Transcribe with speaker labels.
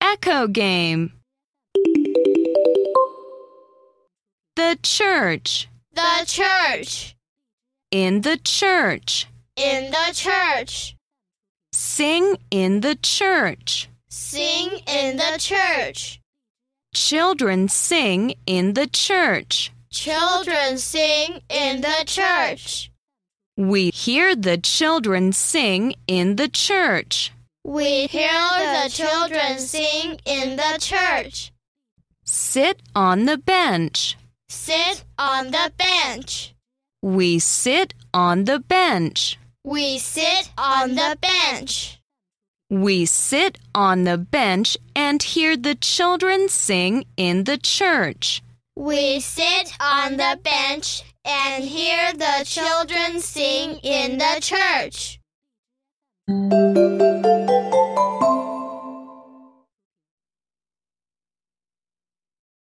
Speaker 1: Echo game. The church.
Speaker 2: The church.
Speaker 1: In the church.
Speaker 2: In the church.
Speaker 1: Sing in the church.
Speaker 2: Sing in the church.
Speaker 1: Children sing in the church.
Speaker 2: Children sing in the church.
Speaker 1: We hear the children sing in the church.
Speaker 2: We hear the children sing in the church.
Speaker 1: Sit on the bench.
Speaker 2: Sit on the bench.
Speaker 1: We sit on the bench.
Speaker 2: We sit on the bench.
Speaker 1: We sit on the bench and hear the children sing in the church.
Speaker 2: We sit on the bench and hear the children sing in the church.